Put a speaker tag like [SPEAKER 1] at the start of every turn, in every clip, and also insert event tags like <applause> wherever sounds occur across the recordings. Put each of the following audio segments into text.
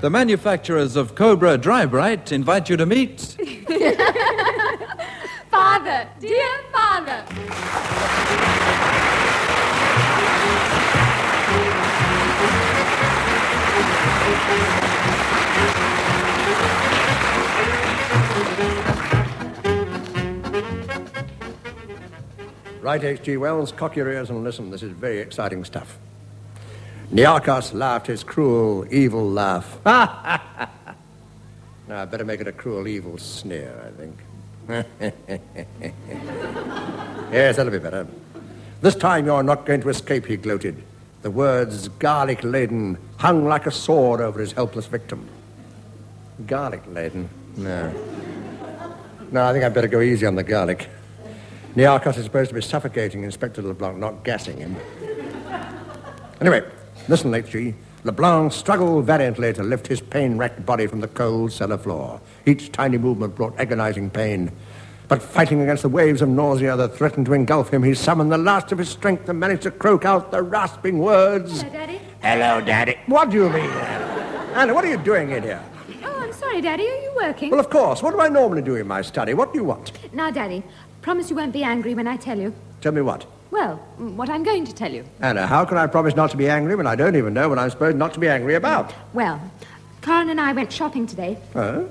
[SPEAKER 1] The manufacturers of Cobra Dry Bright invite you to meet.
[SPEAKER 2] Father, dear father.
[SPEAKER 3] Right, H.G. Wells, cock your ears and listen. This is very exciting stuff. Nearchos laughed his cruel, evil laugh. now, I better make it a cruel, evil sneer, I think. <laughs> yes, that'll be better. This time you're not going to escape, he gloated. The words, garlic laden, hung like a sword over his helpless victim. Garlic laden? No. No, I think I'd better go easy on the garlic. Nearchos is supposed to be suffocating Inspector LeBlanc, not gassing him. Anyway, listen, H.G. LeBlanc struggled valiantly to lift his pain-racked body from the cold cellar floor. Each tiny movement brought agonizing pain. But fighting against the waves of nausea that threatened to engulf him, he summoned the last of his strength and managed to croak out the rasping words.
[SPEAKER 2] Hello, Daddy.
[SPEAKER 3] Hello, Daddy. What do you mean? Anna, what are you doing in here?
[SPEAKER 2] Oh, I'm sorry, Daddy. Are you working?
[SPEAKER 3] Well, of course. What do I normally do in my study? What do you want?
[SPEAKER 2] Now, Daddy, promise you won't be angry when I tell you.
[SPEAKER 3] Tell me what.
[SPEAKER 2] Well, mm, what I'm going to tell you.
[SPEAKER 3] Anna, how can I promise not to be angry when I don't even know what I'm supposed not to be angry about?
[SPEAKER 2] Well, Karen and I went shopping today.
[SPEAKER 3] Oh?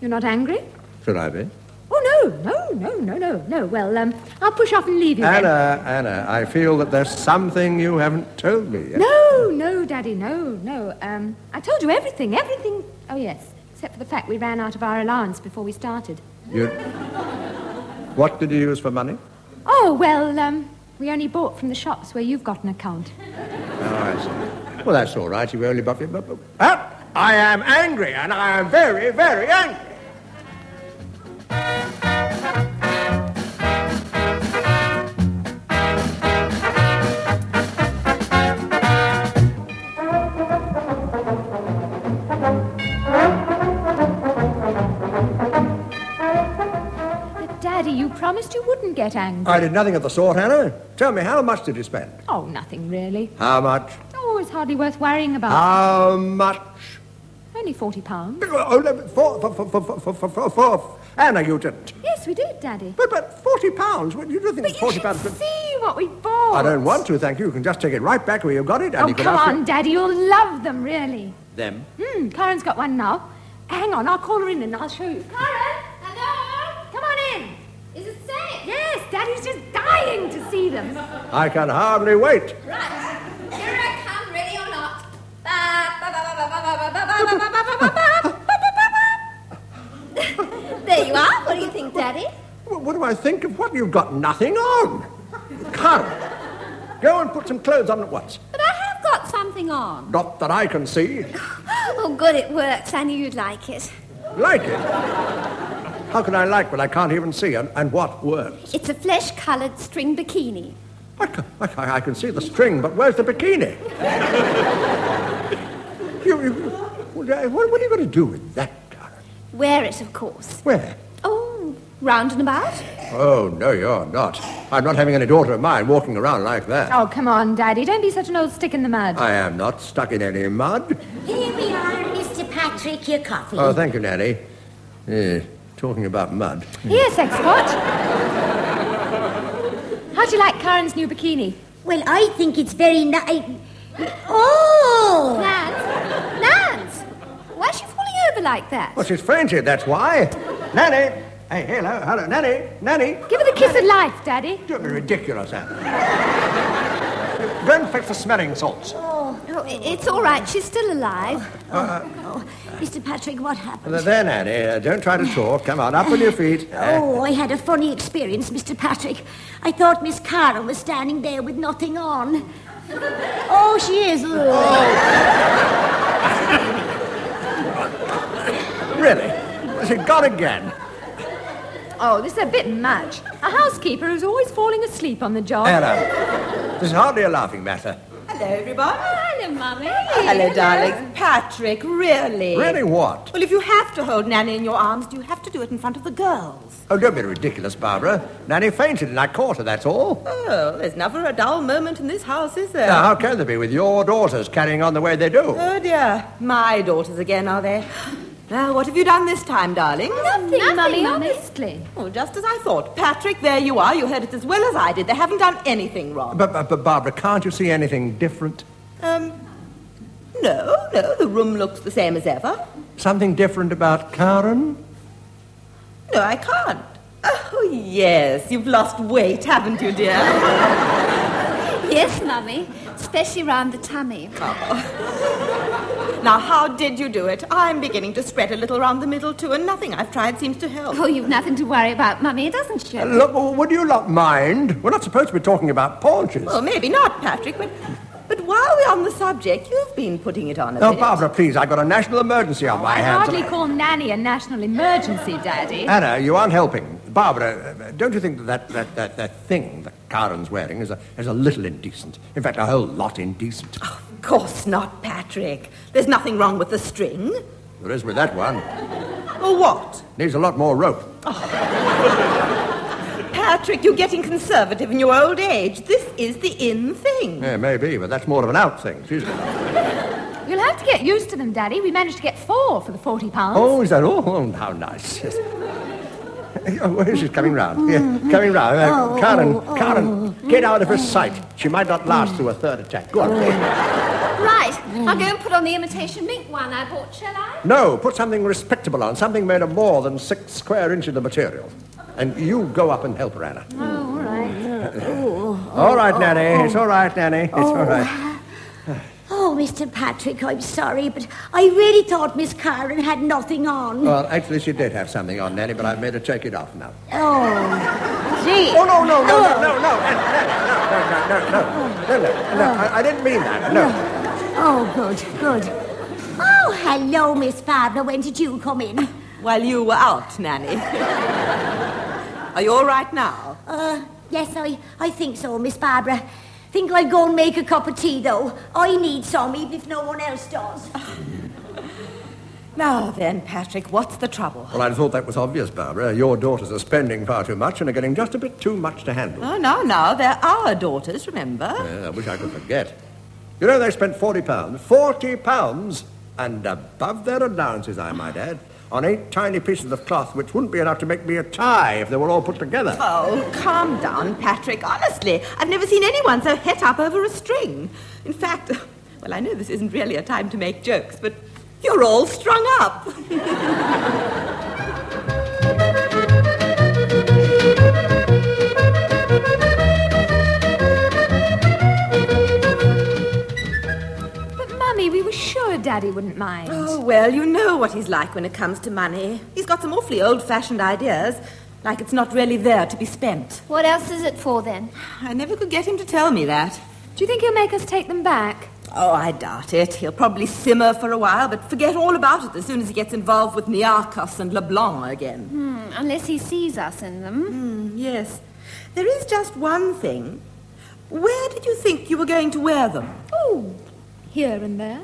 [SPEAKER 2] You're not angry?
[SPEAKER 3] Should I be?
[SPEAKER 2] Oh, no, no, no, no, no, no. Well, um, I'll push off and leave you then.
[SPEAKER 3] Anna, Anna, I feel that there's something you haven't told me yet.
[SPEAKER 2] No, no, Daddy, no, no. Um, I told you everything, everything. Oh, yes, except for the fact we ran out of our allowance before we started.
[SPEAKER 3] You... What did you use for money?
[SPEAKER 2] Oh, well, um, we only bought from the shops where you've got an account.
[SPEAKER 3] Oh, I see. Well, that's all right. You only buffed it. but- but- Ah, I am angry, and I am very, very angry.
[SPEAKER 2] But, Daddy, you promised you wouldn't get angry.
[SPEAKER 3] I did nothing of the sort, Anna. Tell me, how much did you spend?
[SPEAKER 2] Oh, nothing really.
[SPEAKER 3] How much?
[SPEAKER 2] Oh, it's hardly worth worrying about.
[SPEAKER 3] How much?
[SPEAKER 2] Only forty pounds.
[SPEAKER 3] Oh, no, for, for, for, for, for, for, for, for. Anna, you didn't.
[SPEAKER 2] Yes, we did, Daddy.
[SPEAKER 3] But, but, 40 pounds? What, you do think
[SPEAKER 2] But you
[SPEAKER 3] 40
[SPEAKER 2] should
[SPEAKER 3] pounds?
[SPEAKER 2] see what we bought.
[SPEAKER 3] I don't want to, thank you. You can just take it right back where you got it. And
[SPEAKER 2] Oh,
[SPEAKER 3] you can
[SPEAKER 2] come
[SPEAKER 3] ask-
[SPEAKER 2] on, Daddy. You'll love them, really.
[SPEAKER 1] Them?
[SPEAKER 2] Hmm, Karen's got one now. Hang on, I'll call her in and I'll show you. Karen! Hello? Come on in. Is it safe? Yes, Daddy's just dying to see them.
[SPEAKER 3] I can hardly wait.
[SPEAKER 4] Right. Here I come, ready or not. Ba, ba, ba, ba, ba, ba, ba, ba, ba, ba, ba, ba, ba, ba, ba, ba, ba, ba. There you are. What do you think, Daddy?
[SPEAKER 3] What, what do I think of what? You've got nothing on. Karen, go and put some clothes on at once.
[SPEAKER 4] But I have got something on.
[SPEAKER 3] Not that I can see.
[SPEAKER 4] Oh, good, it works. I knew you'd like it.
[SPEAKER 3] Like it. How can I like what I can't even see? And, and what words?
[SPEAKER 4] It's a flesh-coloured string bikini.
[SPEAKER 3] I can, I, can, I can see the string, but where's the bikini? <laughs> you, you, uh, what, what are you going to do with that, Karen?
[SPEAKER 4] Wear it, of course.
[SPEAKER 3] Where?
[SPEAKER 4] Oh, round and about.
[SPEAKER 3] Oh, no, you're not. I'm not having any daughter of mine walking around like that.
[SPEAKER 2] Oh, come on, Daddy. Don't be such an old stick in the mud.
[SPEAKER 3] <laughs> I am not stuck in any mud.
[SPEAKER 5] Here we are, Mr. Patrick, your coffee.
[SPEAKER 3] Oh, thank you, Nanny. Yes, talking about mud.
[SPEAKER 2] Yes, expert. How do you like Karen's new bikini?
[SPEAKER 5] well, I think it's very nice. Oh!
[SPEAKER 4] Nance! Nance! Why's she falling over like that?
[SPEAKER 3] Well, she's fainted, that's why. Nanny! Hey, hello, hello, Nanny, Nanny.
[SPEAKER 2] Give her the kiss of life, Daddy.
[SPEAKER 3] Don't be ridiculous, Anne. Go and fetch the smelling salts.
[SPEAKER 4] Oh, i- it's all right. She's still alive. Oh, Mr. Patrick, what happened?
[SPEAKER 3] There, there, Nanny. uh, don't try to talk. Come on, up on your <laughs> feet. Uh,
[SPEAKER 5] Oh, I had a funny experience, Mr. Patrick. I thought Miss Cara was standing there with nothing on. Oh, she is. Oh.
[SPEAKER 3] really? She got again.
[SPEAKER 2] Oh, this is a bit much. A housekeeper who's always falling asleep on the job.
[SPEAKER 3] Anna, this is hardly a laughing matter.
[SPEAKER 6] hello, everyone.
[SPEAKER 4] Hello, Mummy.
[SPEAKER 6] hello, darlings. Patrick, really?
[SPEAKER 3] Really what?
[SPEAKER 6] Well, if you have to hold Nanny in your arms, do you have to do it in front of the girls?
[SPEAKER 3] Oh, don't be ridiculous, Barbara. Nanny fainted and I caught her, that's all.
[SPEAKER 6] Oh, there's never a dull moment in this house, is there?
[SPEAKER 3] Now, how can there be with your daughters carrying on the way they do?
[SPEAKER 6] Oh, dear. My daughters again, are they? Now, what have you done this time, darling?
[SPEAKER 2] Nothing, Mummy,
[SPEAKER 4] Mummy.
[SPEAKER 2] honestly.
[SPEAKER 6] Oh, just as I thought. Patrick, there you are. You heard it as well as I did. They haven't done anything wrong.
[SPEAKER 3] But, but, but, Barbara, can't you see anything different?
[SPEAKER 6] Um, no, no, the room looks the same as ever.
[SPEAKER 3] Something different about Karen?
[SPEAKER 6] No, I can't. Oh, yes, you've lost weight, haven't you, dear?
[SPEAKER 4] Yes, Mummy. Especially round the tummy.
[SPEAKER 3] Oh.
[SPEAKER 6] Now, how did you do it? I'm beginning to spread a little round the middle, too, and nothing I've tried seems to help.
[SPEAKER 4] Oh, you've nothing to worry about, Mummy. It doesn't show.
[SPEAKER 3] Look, would you lot mind? We're not supposed to be talking about paunches.
[SPEAKER 6] Well, Oh, maybe not, Patrick, but, but while we're on the subject, you've been putting it on a
[SPEAKER 3] Now,
[SPEAKER 6] bit.
[SPEAKER 3] Barbara, please, I've got a national emergency on my
[SPEAKER 2] I
[SPEAKER 3] hands.
[SPEAKER 2] hardly call Nanny a national emergency, Daddy.
[SPEAKER 3] Anna, you aren't helping. Barbara, uh, don't you think that that, that, that thing that Karen's wearing is a, is a little indecent? In fact, a whole lot indecent.
[SPEAKER 6] Of course not, Patrick. There's nothing wrong with the string.
[SPEAKER 3] There is with that one.
[SPEAKER 6] Or what?
[SPEAKER 3] Needs a lot more rope.
[SPEAKER 6] Patrick, you're getting conservative in your old age. This is the in thing.
[SPEAKER 3] Yeah, maybe, but that's more of an out thing. She's...
[SPEAKER 2] You'll have to get used to them, Daddy. We managed to get four for the forty pounds.
[SPEAKER 3] Oh, is that all? Oh, how nice. Yes. Oh, well, she's coming round. Yeah, coming round. Uh, Karen, Karen, get out of her sight. She might not last through a third attack. Go on.
[SPEAKER 4] Right, I'll go and put on the imitation mink one I bought, shall I?
[SPEAKER 3] No, put something respectable on, something made of more than six square inches of material. And you go up and help her, Anna.
[SPEAKER 2] Oh, all right.
[SPEAKER 3] all right, Nanny. It's all right, Nanny. It's all right.
[SPEAKER 5] Oh, Mr. Patrick, I'm sorry, but I really thought Miss Karen had nothing on.
[SPEAKER 3] Well, actually, she did have something on, Nanny, but I've made her take it off now.
[SPEAKER 5] oh, gee.
[SPEAKER 3] Oh, no, no, no, no, no, no, Anna, no, no, no, no, no, no, no, no. I, I didn't mean that. No.
[SPEAKER 5] Oh, good, good. Oh, hello, Miss Pablo. When did you come in?
[SPEAKER 6] While you were out, Nanny. Are you all right now?
[SPEAKER 5] Uh, yes, I, I think so, Miss Barbara. Think I'll go and make a cup of tea, though. I need some, even if no one else does.
[SPEAKER 6] Now then, Patrick, what's the trouble?
[SPEAKER 3] Well, I thought that was obvious, Barbara. Your daughters are spending far too much and are getting just a bit too much to handle.
[SPEAKER 6] Oh, now, now, they're our daughters, remember?
[SPEAKER 3] Yeah, I wish I could forget. You know, they spent forty pounds, forty pounds, and above their allowances, I might add, on eight tiny pieces of cloth, which wouldn't be enough to make me a tie if they were all put together.
[SPEAKER 6] Oh, calm down, Patrick. Honestly, I've never seen anyone so het up over a string. In fact, <laughs> well, I know this isn't really a time to make jokes, but you're all strung up.
[SPEAKER 2] But Mummy, we were sure Daddy wouldn't mind.
[SPEAKER 6] Oh, well, you know what he's like when it comes to money. He's got some awfully old fashioned ideas, like it's not really there to be spent.
[SPEAKER 4] What else is it for then?
[SPEAKER 6] I never could get him to tell me that.
[SPEAKER 2] Do you think he'll make us take them back?
[SPEAKER 6] Oh, I doubt it. He'll probably simmer for a while, but forget all about it as soon as he gets involved with Niarchos and Leblanc again.
[SPEAKER 4] Hmm, unless he sees us in them.
[SPEAKER 6] Hmm, Yes. There is just one thing. Where did you think you were going to wear them?
[SPEAKER 2] Oh, here and there.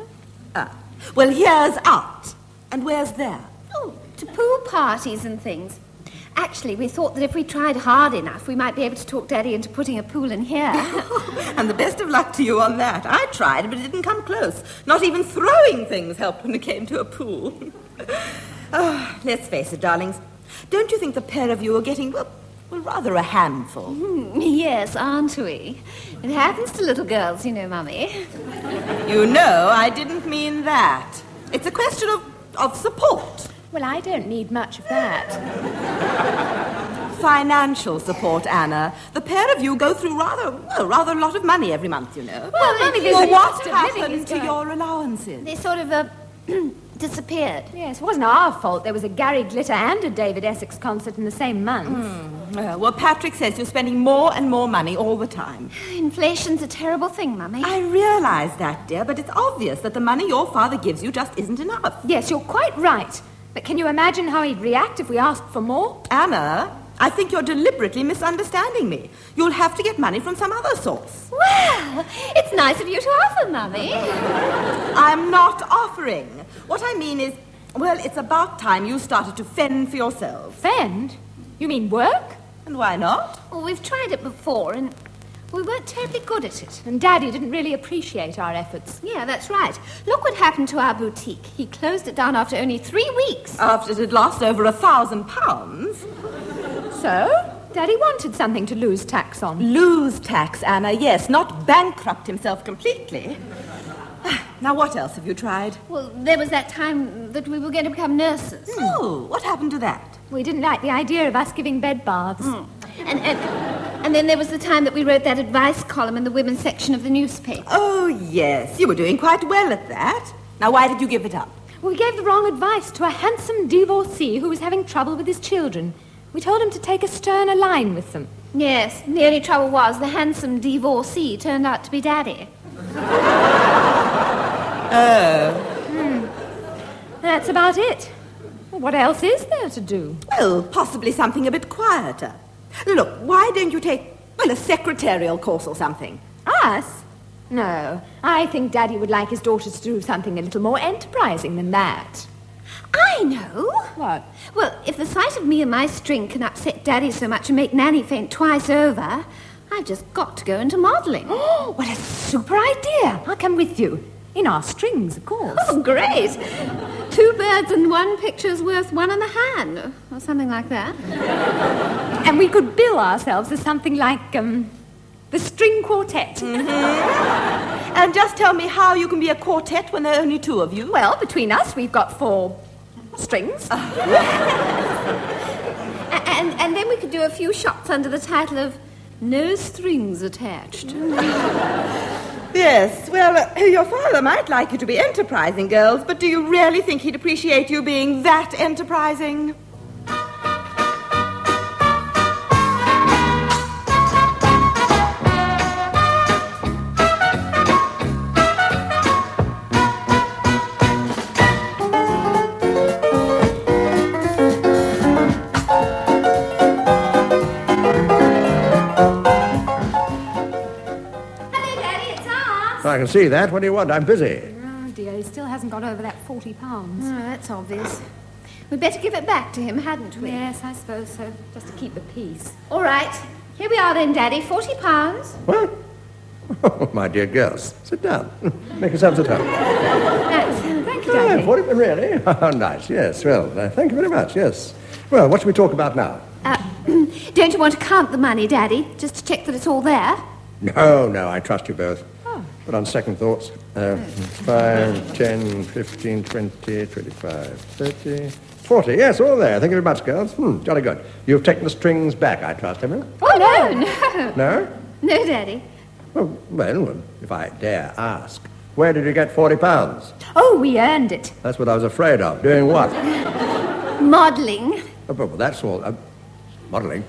[SPEAKER 6] Ah. Well, here's out. And where's there?
[SPEAKER 4] Oh, to pool parties and things. Actually, we thought that if we tried hard enough, we might be able to talk Daddy into putting a pool
[SPEAKER 6] <laughs>
[SPEAKER 4] in here.
[SPEAKER 6] and the best of luck to you on that. I tried, but it didn't come close. Not even throwing things helped when it came to a pool. <laughs> oh, let's face it, darlings. Don't you think the pair of you are getting, well, well rather a handful?
[SPEAKER 2] Mm-hmm.
[SPEAKER 4] yes, aren't we? It happens to little girls, you know,
[SPEAKER 6] <laughs>
[SPEAKER 4] Mummy.
[SPEAKER 6] You know, I didn't mean that. It's a question of, of support.
[SPEAKER 2] Well, I don't need much of that.
[SPEAKER 6] Financial support, Anna. The pair of you go through rather, well, rather a lot of money every month, you know.
[SPEAKER 2] Well, Mummy, there's
[SPEAKER 6] Well,
[SPEAKER 2] a
[SPEAKER 6] what
[SPEAKER 2] cost of living is
[SPEAKER 6] happened to
[SPEAKER 2] going-
[SPEAKER 6] your allowances?
[SPEAKER 4] They sort of uh, <clears throat> disappeared.
[SPEAKER 2] Yes, it wasn't our fault. There was a Gary Glitter and a David Essex concert in the same month.
[SPEAKER 6] Uh, well, Patrick says you're spending more and more money all the time.
[SPEAKER 4] Inflation's a terrible thing, Mummy.
[SPEAKER 6] I realize that, dear, but it's obvious that the money your father gives you just isn't enough.
[SPEAKER 2] Yes, you're quite right. But can you imagine how he'd react if we asked for more?
[SPEAKER 6] Anna, I think you're deliberately misunderstanding me. You'll have to get money from some other source.
[SPEAKER 4] Well, it's nice of you to offer, Mummy.
[SPEAKER 6] I'm not offering. What I mean is, well, it's about time you started to fend for yourselves.
[SPEAKER 2] Fend? You mean work?
[SPEAKER 6] And why not?
[SPEAKER 4] Well, we've tried it before, and we weren't terribly good at it.
[SPEAKER 2] And Daddy didn't really appreciate our efforts.
[SPEAKER 4] Yeah, that's right. Look what happened to our boutique. He closed it down after only three weeks.
[SPEAKER 6] After it had lost over a thousand pounds.
[SPEAKER 2] So? Daddy wanted something to lose tax on.
[SPEAKER 6] Lose tax, Anna, yes, not bankrupt himself completely. <sighs> Now, what else have you tried?
[SPEAKER 4] Well, there was that time that we were going to become nurses.
[SPEAKER 6] Oh, what happened to that?
[SPEAKER 2] We didn't like the idea of us giving bed baths.
[SPEAKER 4] And, and, and then there was the time that we wrote that advice column in the women's section of the newspaper.
[SPEAKER 6] Oh, yes, you were doing quite well at that. Now, why did you give it up?
[SPEAKER 2] We gave the wrong advice to a handsome divorcee who was having trouble with his children. We told him to take a sterner line with them.
[SPEAKER 4] Yes, the only trouble was the handsome divorcee turned out to be Daddy.
[SPEAKER 2] That's about it. Well, What else is there to do?
[SPEAKER 6] Well, possibly something a bit quieter. Look, why don't you take, well, a secretarial course or something?
[SPEAKER 2] Us? No, I think Daddy would like his daughters to do something a little more enterprising than that.
[SPEAKER 4] I know.
[SPEAKER 2] What?
[SPEAKER 4] Well, if the sight of me and my string can upset Daddy so much and make Nanny faint twice over, I've just got to go into modelling. <gasps>
[SPEAKER 2] Oh, <gasps> what a super idea! I'll come with you. In our strings, of course.
[SPEAKER 4] <laughs>
[SPEAKER 2] <laughs>
[SPEAKER 4] Oh, great. Two birds and one picture's worth one and a hand, or something like that.
[SPEAKER 2] And we could bill ourselves as something like, um, the string quartet.
[SPEAKER 6] And just tell me how you can be a quartet when there are only two of you. Well,
[SPEAKER 2] Well, between us, we've got four strings.
[SPEAKER 4] A- and, and then we could do a few shots under the title of No Strings Attached.
[SPEAKER 6] yes. Well, uh, your father might like you to be enterprising, girls, but do you really think he'd appreciate you being that enterprising?
[SPEAKER 4] Hello, Daddy, it's us.
[SPEAKER 3] I can see that. What do you want? I'm busy.
[SPEAKER 2] Oh dear, he still hasn't got over that 40 pounds.
[SPEAKER 4] Oh, that's obvious. We'd better give it back to him, hadn't we?
[SPEAKER 2] Yes, I suppose so, just to keep the peace.
[SPEAKER 4] All right. Here we are then, Daddy. Forty pounds.
[SPEAKER 3] What? <laughs> Oh, my dear girls, sit down. <laughs> Make yourselves at home.
[SPEAKER 2] That's, thank you,
[SPEAKER 3] Oh,
[SPEAKER 2] Daddy.
[SPEAKER 3] what, really? <laughs> Oh, nice, yes. Well, uh, thank you very much, yes. Well, what shall we talk about now?
[SPEAKER 4] Uh, don't you want to count the money, Daddy, just to check that it's all there?
[SPEAKER 3] No, Oh, no, I trust you both. But on second thoughts, uh, 5, 10, 15, 20, 25, 30, 40. Yes, all there. Thank you very much, girls. Hmm, jolly good. You've taken the strings back, I trust, have you?
[SPEAKER 4] Oh, no, no.
[SPEAKER 3] No?
[SPEAKER 4] <laughs> No, Daddy.
[SPEAKER 3] Oh, well, if I dare ask, where did you get 40 pounds?
[SPEAKER 2] Oh, we earned it.
[SPEAKER 3] That's what I was afraid of. Doing what?
[SPEAKER 4] Modelling.
[SPEAKER 3] Oh, well, that's all. Uh, modelling?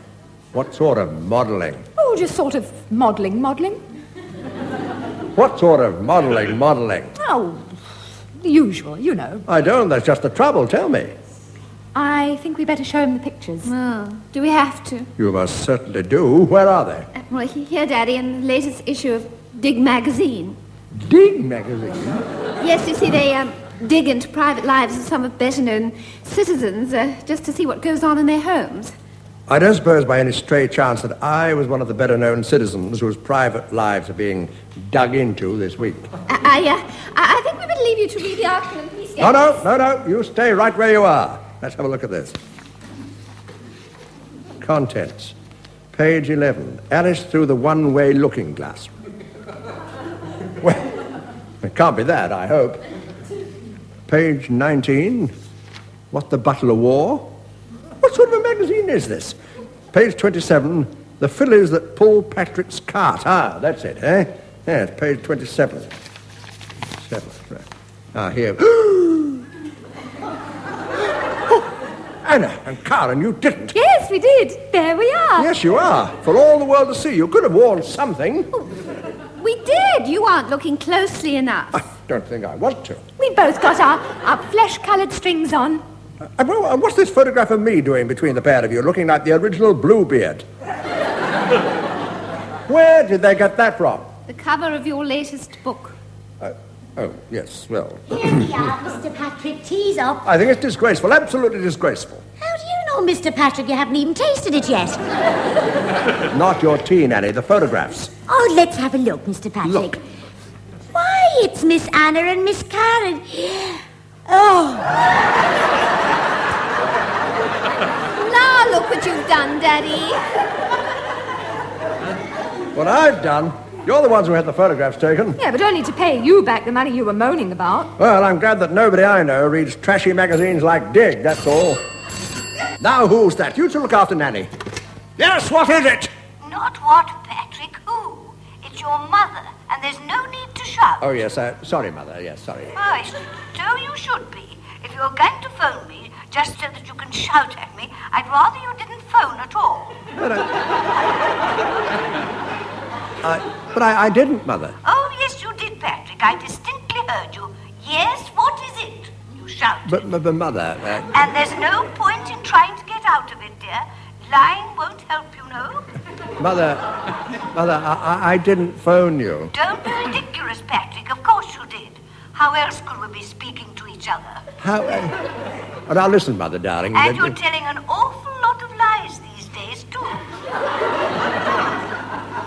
[SPEAKER 3] What sort of modelling?
[SPEAKER 2] Oh, just sort of modelling, modelling.
[SPEAKER 3] What sort of modelling, modelling?
[SPEAKER 2] Oh, the usual, you know.
[SPEAKER 3] I don't. That's just the trouble. Tell me.
[SPEAKER 2] I think we better show him the pictures.
[SPEAKER 4] Oh, do we have to?
[SPEAKER 3] You most certainly do. Where are they?
[SPEAKER 4] Uh, Well, he- here, Daddy, in the latest issue of Dig magazine.
[SPEAKER 3] Dig magazine.
[SPEAKER 4] Yes, you see, they um, dig into private lives of some of better-known citizens uh, just to see what goes on in their homes.
[SPEAKER 3] I don't suppose by any stray chance that I was one of the better known citizens whose private lives are being dug into this week.
[SPEAKER 4] I, I, uh, I I think we better leave you to read the article in peace.
[SPEAKER 3] No,
[SPEAKER 4] Daddy.
[SPEAKER 3] no, no, no. You stay right where you are. Let's have a look at this. Contents. Page 11. Alice through the one way looking glass. <laughs> well, it can't be that, I hope. Page 19. What the Butler Wore. What sort of a magazine is this? Page 27. The fillies that pull Patrick's cart. Ah, that's it, eh? Yes, page 27. Seven, right. Ah, here. <gasps> Anna and Karen, you didn't.
[SPEAKER 2] Yes, we did. There we are.
[SPEAKER 3] Yes, you are. For all the world to see, you could have worn something.
[SPEAKER 4] We did. You aren't looking closely enough.
[SPEAKER 3] I don't Oh, think I want to.
[SPEAKER 2] We both got our, our flesh coloured strings on.
[SPEAKER 3] And wha- and Uh, what's this photograph of me doing between the pair of you, looking like the original Bluebeard? Where did they get that from?
[SPEAKER 2] The cover of your latest book.
[SPEAKER 3] Oh, yes, well.
[SPEAKER 5] Here we
[SPEAKER 3] <laughs>
[SPEAKER 5] are, Mr. Patrick. Tea's up.
[SPEAKER 3] I think it's disgraceful, absolutely disgraceful.
[SPEAKER 5] How do you know, Mr. Patrick? You haven't even tasted it yet.
[SPEAKER 3] Not your tea, Nanny, the photographs.
[SPEAKER 5] Oh, let's have a look, Mr. Patrick.
[SPEAKER 3] Look.
[SPEAKER 5] Why, it's Miss Anna and Miss Karen. <gasps> Oh,
[SPEAKER 4] Now look what you've done, Daddy.
[SPEAKER 3] What I've done, you're the ones who had the photographs taken.
[SPEAKER 2] Yeah, but only to pay you back the money you were moaning about.
[SPEAKER 3] Well, I'm glad that nobody I know reads trashy magazines like Dig, that's all. Now, who's that? You two look after Nanny. Yes, what is it?
[SPEAKER 7] Not what, Patrick? Who? It's your mother, and there's no need to shout.
[SPEAKER 3] Oh, yes, uh, sorry, Mother, yes, sorry.
[SPEAKER 7] Why, so you should be. If you're going to phone me, just so that you can shout at me, I'd rather you didn't phone at all.
[SPEAKER 3] I, Uh, but I, I didn't, Mother.
[SPEAKER 7] Oh, yes, you did, Patrick. I distinctly heard you. Yes, what is it? You shouted.
[SPEAKER 3] But, but, but Mother, uh,
[SPEAKER 7] And there's no point in trying to get out of it, dear. Lying won't help, you know.
[SPEAKER 3] Mother, Mother, I, I- I didn't phone you.
[SPEAKER 7] Don't be ridiculous, Patrick. Of course you did. How else could we be speaking to each other?
[SPEAKER 3] How? Uh, oh, now listen, Mother, darling. Uh,
[SPEAKER 7] And
[SPEAKER 3] that-
[SPEAKER 7] you're telling an awful lot of lies these days, too.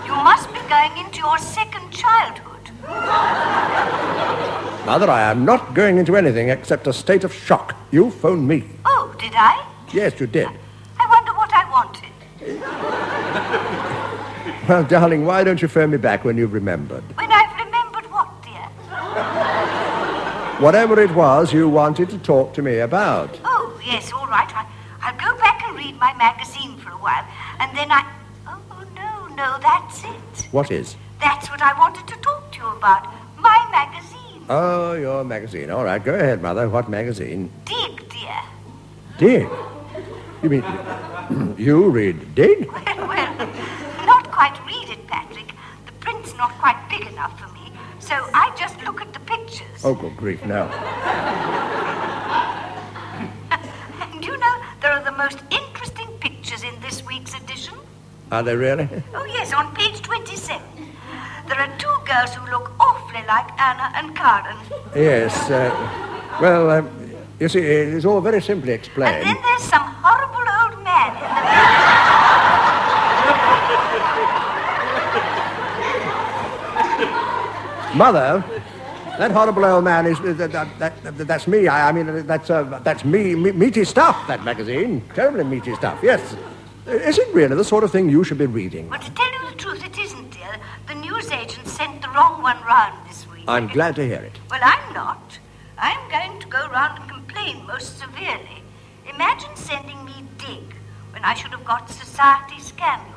[SPEAKER 7] you must be going into your second childhood.
[SPEAKER 3] Mother, I am not going into anything except a state of shock. You phoned me.
[SPEAKER 7] Oh, did I?
[SPEAKER 3] Yes, you did.
[SPEAKER 7] I wonder what I wanted.
[SPEAKER 3] Well, darling, why don't you phone me back when you've remembered?
[SPEAKER 7] When I've remembered what, dear?
[SPEAKER 3] Whatever it was you wanted to talk to me about.
[SPEAKER 7] Oh, yes, all right. I, I'll go back and read my magazine for a while, and then I. Oh, no, no, that's it.
[SPEAKER 3] What is?
[SPEAKER 7] That's what I wanted to talk to you about. My magazine.
[SPEAKER 3] Oh, your magazine. All right, go ahead, Mother. What magazine?
[SPEAKER 7] Dig, dear.
[SPEAKER 3] Dig. You mean <clears throat> you read Dig?
[SPEAKER 7] Well, well, not quite read it, Patrick. The print's not quite big enough for me, so I just look at the pictures. <laughs>
[SPEAKER 3] Oh, good grief, no.
[SPEAKER 7] And you know, there are the most interesting pictures in this week's edition.
[SPEAKER 3] Are they really?
[SPEAKER 7] Oh, yes, on page 27. There are two girls who look awfully like Anna and Karen.
[SPEAKER 3] Yes. Uh, well, um, you see, it's all very simply
[SPEAKER 7] And
[SPEAKER 3] explained.
[SPEAKER 7] then there's some horrible old man in the middle.
[SPEAKER 3] Mother, that horrible old man is that, that, that, that- that's me. I, I mean, that's uh, that's me, me meaty stuff. That magazine, terribly meaty stuff. Yes, is it really the sort of thing you should be reading?
[SPEAKER 7] Well, to tell you the truth, it isn't, dear. The newsagent sent the wrong one round this week.
[SPEAKER 3] I'm glad to hear it.
[SPEAKER 7] Well, I'm not. I'm going to go round and complain most severely. Imagine sending me dig when I should have got society scandals.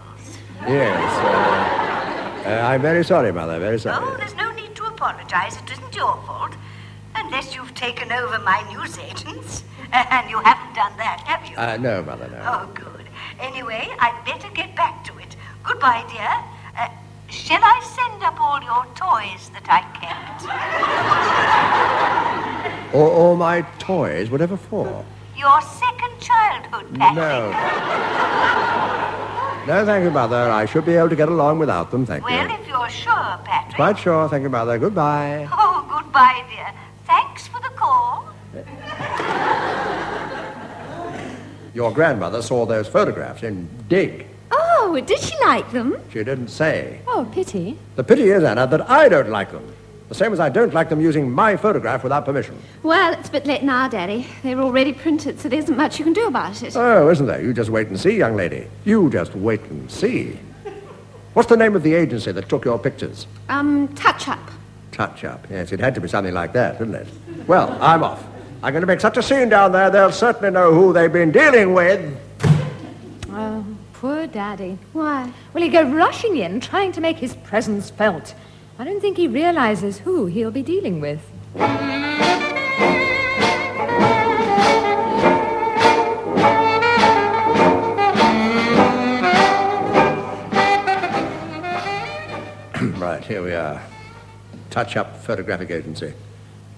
[SPEAKER 3] Yes. Uh, uh, I'm very sorry, Mother. Very
[SPEAKER 7] Oh,
[SPEAKER 3] sorry.
[SPEAKER 7] there's no need to apologize. It isn't your fault. Unless you've taken over my newsagents. <laughs> And you haven't done that, have you?
[SPEAKER 3] Uh, no, Mother. No.
[SPEAKER 7] Oh, good. Anyway, I'd better get back to it. Goodbye, dear. Uh, shall I send up all your toys that I kept?
[SPEAKER 3] Or, or my toys, whatever for.
[SPEAKER 7] Your second childhood, Patrick.
[SPEAKER 3] No. No, thank you, Mother. I should be able to get along without them. Thank
[SPEAKER 7] Well,
[SPEAKER 3] you.
[SPEAKER 7] if you're sure, Patrick.
[SPEAKER 3] Quite sure. Thank you, Mother. Goodbye.
[SPEAKER 7] <laughs> Oh, goodbye, dear. Thanks for the call.
[SPEAKER 3] Your grandmother saw those photographs in Dig.
[SPEAKER 2] Oh, did she like them?
[SPEAKER 3] She didn't say.
[SPEAKER 2] Oh, pity.
[SPEAKER 3] The pity is, Anna, that I don't like them. The same as I don't like them using my photograph without permission.
[SPEAKER 2] Well, it's a bit late now, Daddy. They're already printed, so there isn't much you can do about it.
[SPEAKER 3] Oh, isn't there? You just wait and see, young lady. You just wait and see. What's the name of the agency that took your pictures?
[SPEAKER 2] Um, touch up.
[SPEAKER 3] Touch up. Yes, it had to be something like that, didn't it? Well, I'm off. I'm going to make such a scene down there, they'll certainly know who they've been dealing with.
[SPEAKER 2] Oh, poor Daddy. Why? Well, he'd go rushing in, trying to make his presence felt. I don't think he realizes who he'll be dealing with.
[SPEAKER 3] <clears throat> right, here we are. Touch up photographic agency.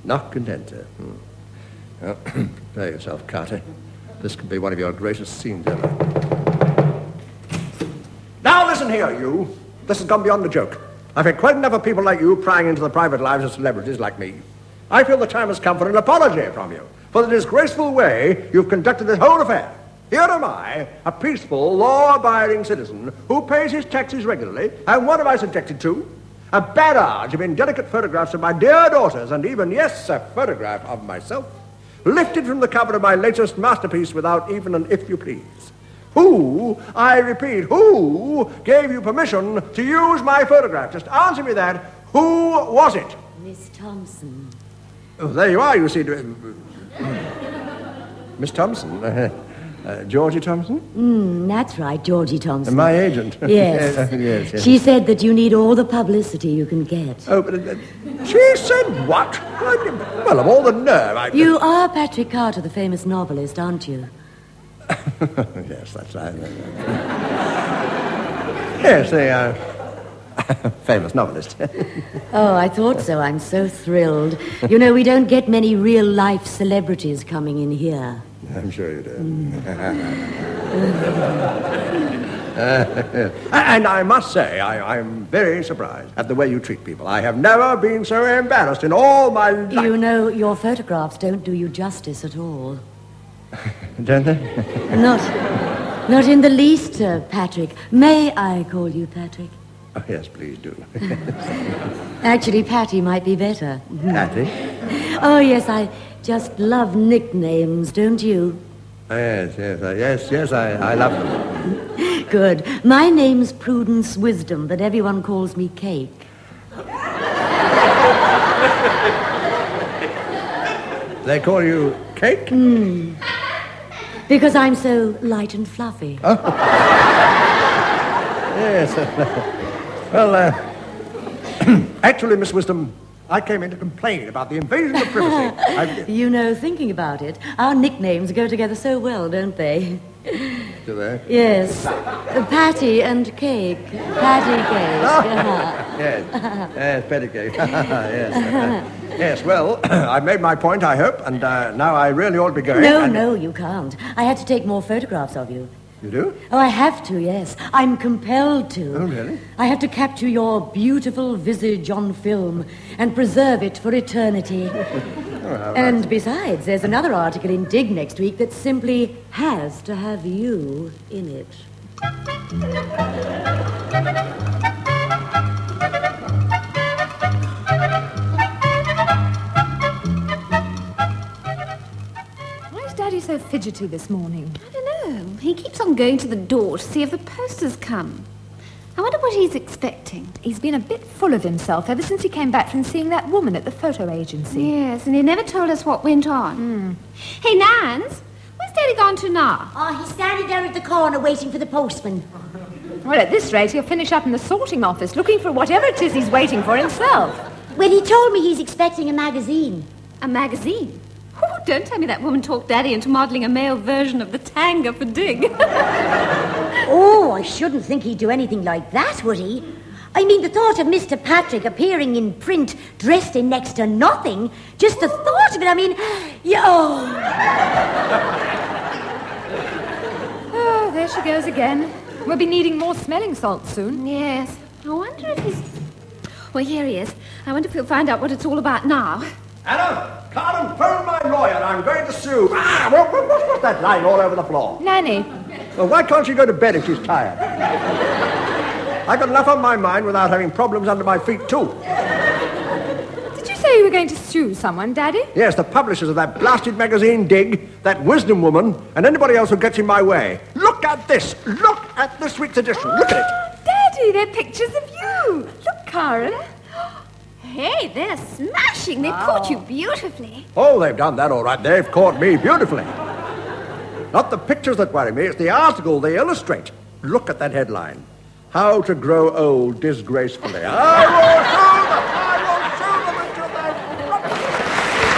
[SPEAKER 3] Not content. sir. eh? Hmm. Oh, <clears throat> prepare yourself, Carter. This could be one of your greatest scenes ever. Now listen here, you. This has gone beyond a joke. I've had quite enough of people like you prying into the private lives of celebrities like me. I feel the time has come for an apology from you for the disgraceful way you've conducted this whole affair. Here am I, a peaceful, law-abiding citizen who pays his taxes regularly, and what am I subjected to? A barrage of indelicate photographs of my dear daughters, and even, yes, a photograph of myself, lifted from the cover of my latest masterpiece without even an if you please. Who, I repeat, who gave you permission to use my photograph? Just answer me that. Who was it?
[SPEAKER 5] Miss Thompson.
[SPEAKER 3] Oh, there you are, you see. Miss Thompson. Uh, uh, Georgie Thompson?
[SPEAKER 5] Mm, that's right, Georgie Thompson.
[SPEAKER 3] My agent.
[SPEAKER 5] <laughs> Yes.
[SPEAKER 3] <laughs> yes, yes.
[SPEAKER 5] She said that you need all the publicity you can get.
[SPEAKER 3] Oh, but, uh, she said what? I- well, of all the nerve, I...
[SPEAKER 5] You are Patrick Carter, the famous novelist, aren't you?
[SPEAKER 3] <laughs> yes, that's right. <laughs> yes, the uh, <laughs> famous novelist.
[SPEAKER 5] Oh, I thought so. I'm so thrilled. You know, we don't get many real life celebrities coming in here.
[SPEAKER 3] I'm sure you do. <laughs> and I must say, I, I'm very surprised at the way you treat people. I have never been so embarrassed in all my life.
[SPEAKER 5] You know, your photographs don't do you justice at all.
[SPEAKER 3] Don't they?
[SPEAKER 5] Not, not in the least, uh, Patrick. May I call you Patrick?
[SPEAKER 3] <laughs> Oh, yes, please <laughs> do.
[SPEAKER 5] Actually, Patty might be better.
[SPEAKER 3] Patty?
[SPEAKER 5] Oh, yes, I just love nicknames, don't you?
[SPEAKER 3] Oh, yes, yes, uh, yes, yes, I, I love them.
[SPEAKER 5] Good. My name's Prudence Wisdom, but everyone calls me Cake.
[SPEAKER 3] They call you Cake?
[SPEAKER 5] Because I'm so light and fluffy.
[SPEAKER 3] Yes. well, uh, <clears throat> actually, Miss Wisdom, I came in to complain about the invasion of <laughs> privacy. I,
[SPEAKER 5] You know, thinking about it, our nicknames go together so well, don't they?
[SPEAKER 3] do they?
[SPEAKER 5] Yes. Uh, Patty and Cake. Patty Cake.
[SPEAKER 3] Ah,
[SPEAKER 5] Yeah.
[SPEAKER 3] Yes, yes, Eh, petticoat. <laughs> yes, uh, yes. Well, <clears throat> I made my point, I hope, and uh, now I really ought to be going.
[SPEAKER 5] No,
[SPEAKER 3] and-
[SPEAKER 5] no, you can't. I had to take more photographs of you.
[SPEAKER 3] You do?
[SPEAKER 5] Oh, I have to, yes. I'm compelled to.
[SPEAKER 3] Oh, really?
[SPEAKER 5] I have to capture your beautiful visage on film and preserve it for
[SPEAKER 3] <laughs>
[SPEAKER 5] eternity. and besides, there's another article in Dig next week that simply has to have you in it.
[SPEAKER 2] Why is Daddy so fidgety this morning?
[SPEAKER 4] I don't know. He keeps on going to the door to see if the post has come. I wonder what he's expecting.
[SPEAKER 2] He's been a bit full of himself ever since he came back from seeing that woman at the photo agency.
[SPEAKER 4] Yes, Hmm. and he never told us what went on. Hey, Nance, where's Daddy gone to now?
[SPEAKER 5] Oh, he's standing there at the corner waiting for the postman.
[SPEAKER 2] Well, at this rate, he'll finish up in the sorting office looking for whatever it is he's waiting for himself.
[SPEAKER 5] When he told me he's expecting a magazine.
[SPEAKER 4] A magazine. Oh, don't tell me that woman talked Daddy into modeling a male version of the tanga for Dig. <laughs>
[SPEAKER 5] Oh, I shouldn't think he'd do anything like that, would he? I mean, the thought of Mr. Patrick appearing in print dressed in next to nothing, just the thought of it, I mean, yeah, oh.
[SPEAKER 2] Oh, there she goes again. We'll be needing more smelling salts soon.
[SPEAKER 4] yes. I wonder if he's. Well, here he is. I wonder if he'll find out what it's all about now.
[SPEAKER 3] Adam, Carden, phone my lawyer. I'm going to sue. Ah, what, what, what- what's that lying all over the floor?
[SPEAKER 2] Nanny,
[SPEAKER 3] Well, why can't she go to bed if she's tired? I've got enough on my mind without having problems under my feet, too.
[SPEAKER 2] did you say you were going to sue someone, Daddy?
[SPEAKER 3] Yes, the publishers of that blasted magazine, Dig, that Wisdom Woman, and anybody else who gets in my way. Look at this. Look at this week's edition. Look at it.
[SPEAKER 2] Oh, Daddy, they're pictures of you. Look, Karen.
[SPEAKER 4] Hey, they're smashing. They caught you beautifully.
[SPEAKER 3] Oh, they've done that all right. They've caught me beautifully. Not the pictures that worry me, it's the article they illustrate. Look at that headline. How to grow old disgracefully. I will show them! I will show them until they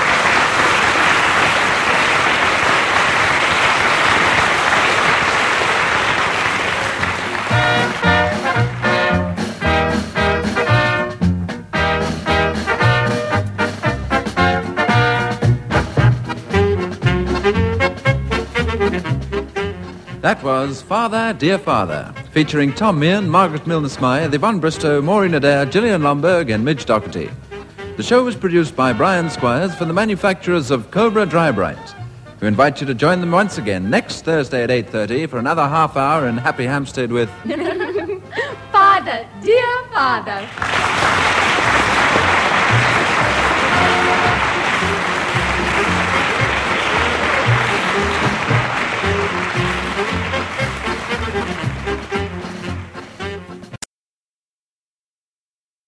[SPEAKER 1] That was Father, Dear Father, featuring Tom Meehan, Margaret Milner Smythe, Yvonne Bristow, Maureen Adair, Gillian Lomberg, and Midge Doherty. The show was produced by Brian Squires for the manufacturers of Cobra Drybright, who invite you to join them once again next Thursday at 8.30 for another half hour in Happy Hampstead with
[SPEAKER 2] Father, dear father.